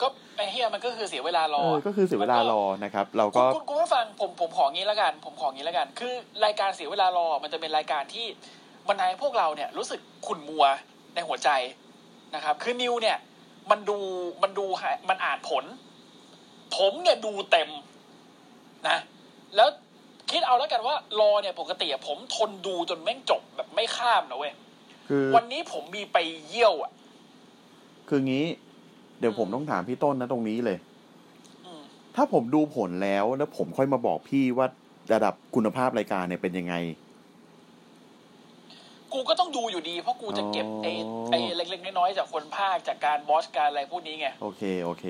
S3: ก็ไอ้เฮียมันก็คือเสียเวลารอ
S2: เออก็คือเสียเวลารอนะครับ เรา
S3: คุ
S2: ก็
S3: ณคุณคุณผู้ฟังผมผมของงี้ละกัน ผมของงี้ละกัน คือรายการเสียเวลารอมันจะเป็นรายการที่บรรดาพวกเราเนี่ย รู้สึกขุ่นมัวในหัวใจนะครับ คือนิวเนี่ย มันดูมันดูหามันอ่านผล ผมเนี่ยดูเต็มนะ แล้วคิดเอาแล้วกันว่ารอเนี่ยปกติอะผมทนดูจนแม่งจบแบบไม่ข้ามนะเว้ย
S2: คือ
S3: วันนี้ผมมีไปเยี่ยวอ่ะ
S2: คืองี้ เดี๋ยวผมต้องถามพี่ต้นนะตรงนี้เลย
S3: อืม
S2: ถ้าผมดูผลแล้วแล้วผมค่อยมาบอกพี่ว่าระดับคุณภาพรายการเนี่ยเป็นยังไง
S3: กูก็ต้องดูอยู่ดี เพราะกูจะเก็บไอ้
S2: อ๋อ
S3: ไอ้เล็กๆน้อยๆจากคนภาคจากการบอสการอะไรพวกนี้ไง
S2: โอเคโอเค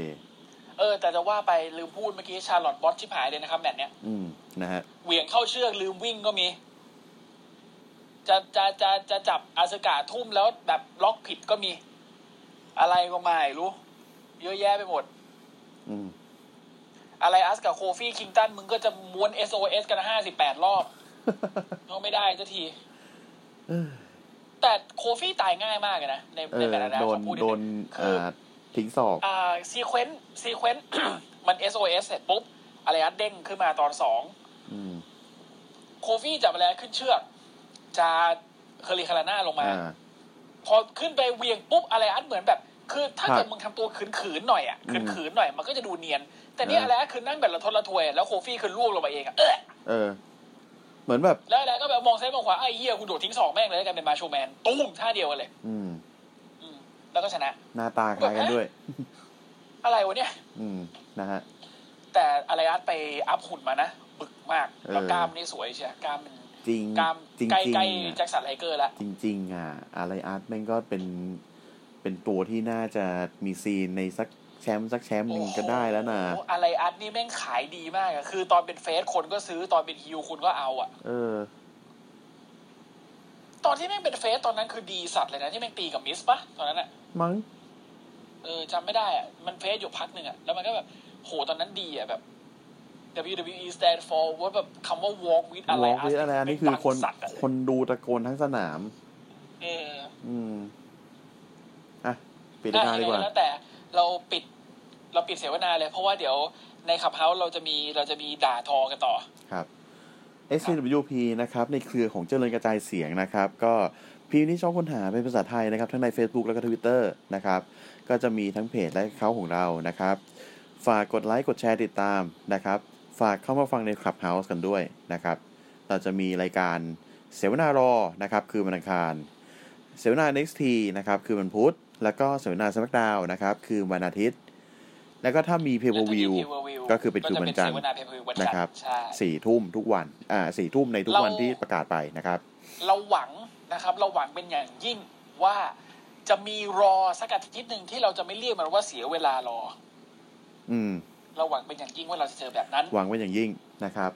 S3: เออแต่จะว่าไปลืมพูดเมื่อกี้ชาร์ลอตบอสชิบหายเลยนะครับแมตช์เนี้ย
S2: อืมนะฮะ
S3: เหวี่ยงเข้าเชือกลืมวิ่งก็มี จะจะจะจะจับอาสกาทุ่มแล้วแบบล็อกผิดก็มี อะไรก็ไม่รู้ เยอะแยะไปหมด
S2: อืม
S3: อะไรอัสกับโคฟี่คิงตันมึงก็จะม้วน SOS กันห้าสิบแปดรอบ ก็ไม่ได้สักทีแต่โคฟี่ตายง่ายมากเลยนะใน
S2: เอ
S3: ใน
S2: อ
S3: แต่ละนะ
S2: โดน
S3: ขอพูดนิ
S2: โด
S3: นึ
S2: น
S3: งคือ
S2: อ่าทิ้งศอก
S3: อ่าซีเควนต์ซีเควนต์ มัน SOS เสร็จปุ๊บอะไรอะเด้งขึ้นมาตอนสอง
S2: อืม
S3: โคฟี่จับอะไรอะขึ้นเชือกจะเคอริคาราน่าลงมา
S2: อ่า
S3: พอขึ้นไปเหวียงปุ๊บอะไรอันเหมือนแบบ คือถ้า
S2: ครับ
S3: เกิดมึงทำตัวขืนๆหน่อยอ่ะ
S2: อืม
S3: ขืนๆหน่อยมันก็จะดูเนียน แต่เนี่ย
S2: เอออ
S3: อะไรอันคือนั่งแบบละทนละทวย แล้วโคฟี่คือล่วงลงมาเองอ่ะเออ
S2: เออ เหมือนแบบ
S3: แล้วอะไรก็แบบมองซ้ายมองขวาไอ้เหี้ยกูโดดทิ้งสองแม่งเลยแล้วกันเป็นมาโชว์แมนตุ้มท่าเดียวกันเลย
S2: อืม
S3: อืมแล้วก็ชนะ
S2: หน้าตาคล้ายกันด้วย
S3: อะไรวะเนี่ย
S2: อืม นะฮะ
S3: แต่อะไรอันไปอัพหุ่นมานะบึกมากแล้ว
S2: เออ
S3: กล้ามนี่สวยเชียกล้ามมัน
S2: จริง
S3: กล้าม
S2: จริง
S3: ใกล้
S2: จริง
S3: ใกล้
S2: อะ
S3: แจ็คสันไฮเกอร์แล้ว
S2: จริงจริงอ่ะอะไรอาร์ตแม่งก็เป็น เป็นตัวที่น่าจะมีซีนในสักแชมป์สักแชมป์หนึ่งก็ได้แล้วนะ
S3: โอ้โหอะไรอัดนี่แม่งขายดีมากอะคือตอนเป็นเฟสคนก็ซื้อตอนเป็นฮิวคุณก็เอาอะ
S2: เออ
S3: ตอนที่แม่งเป็นเฟสตอนนั้นคือดีสัตว์เลยนะที่แม่งตีกับมิสปะตอนนั้นอะ
S2: มั้ง
S3: เออจำไม่ได้อะมันเฟสอยู่พักหนึ่งอะแล้วมันก็แบบโหตอนนั้นดีอะแบบ WWE stand for ว่าแบบคำว่า walk with อะไร
S2: วอล์กวิดอะไรอันนี่คือคน
S3: สัตว์อะ
S2: คนดูตะโกนทั้งสนาม
S3: เออ
S2: อืม อ่ะ ปิดรายการดีกว่า
S3: อ่ะยังไงแล้วแต่เราปิดเราปิดเสวนาเลย เพราะว่าเดี๋ยวในขับเฮาเราจะมีเราจะมีด่าทอกันต่อ
S2: ครับ SCWP นะครับ ในเครือของเจริญกระจายเสียงนะครับ ก็พิมพ์ที่ช่องค้นหาเป็นภาษาไทยนะครับ ทั้งใน Facebook แล้วก็ Twitter นะครับ ก็จะมีทั้งเพจและเขาของเรานะครับ ฝากกดไลค์กดแชร์ติดตามนะครับ ฝากเข้ามาฟังใน Clubhouse กันด้วยนะครับ เราจะมีรายการเสวนารอนะครับ คือวันอังคาร เสวนา NXT นะครับ คือวันพุธ แล้วก็เสวนาสมักดาวนะครับ คือวันอาทิตย์ แล้วก็ถ้ามีเพเปอร์วิว
S3: View
S2: ก็คือเป็นคือวันจันทร์
S3: ก็จะเป็เสวนา Pay-Per-View วันจันท
S2: นะครับ
S3: ใช่
S2: สี่ทุ่มทุกวัน อ่าสี่ทุ่มในทุกวันที่ประกาศไปนะครับ
S3: เราหวังนะครับ เราหวังเป็นอย่างยิ่งว่าจะมีรอสักอาทิตย์หนึ่งที่เราจะไม่เรียกมันว่าเสียเวลารอ
S2: อืม
S3: เราหวังเป็นอย่างยิ่งว่าเราจะเจอแบบนั้น
S2: หวังไว้อย่างยิ่งนะครับ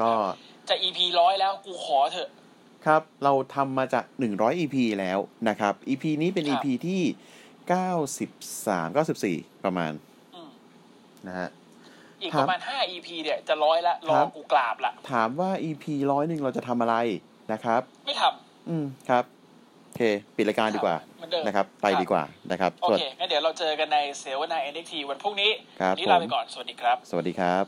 S2: ก็
S3: จะ EP ร้อยแล้วกูขอเถอะ
S2: ครับ เราทำมาจาก 100 EP แล้วนะครับ EP นี้เป็น
S3: ครับ
S2: EP ที่ 93 94 ประมาณ
S3: อืม
S2: นะฮะ
S3: อีก
S2: ครั
S3: ป
S2: บ
S3: ระมาณห้า EP เนี่ยจะร้อยละรอ
S2: ครับ
S3: กูกราบละ
S2: ถามว่า EP ร้อยหนึ่งเราจะทำอะไรนะครับ
S3: ไม่ทำ
S2: อืม ครับ โอเค ปิดรายการดีกว่า
S3: เหมือนเดิม
S2: นะครับ ไป
S3: ครับ
S2: ดีกว่านะครับ
S3: โอ
S2: สวัส
S3: เคงั้นเดี๋ยวเราเจอกันในเสวนา NXT วันพรุ่งนี้
S2: ครับ
S3: วันนี้
S2: ผ
S3: ลา
S2: ม
S3: ไปก่อนสวัสดีครับ
S2: สวัสดีครับ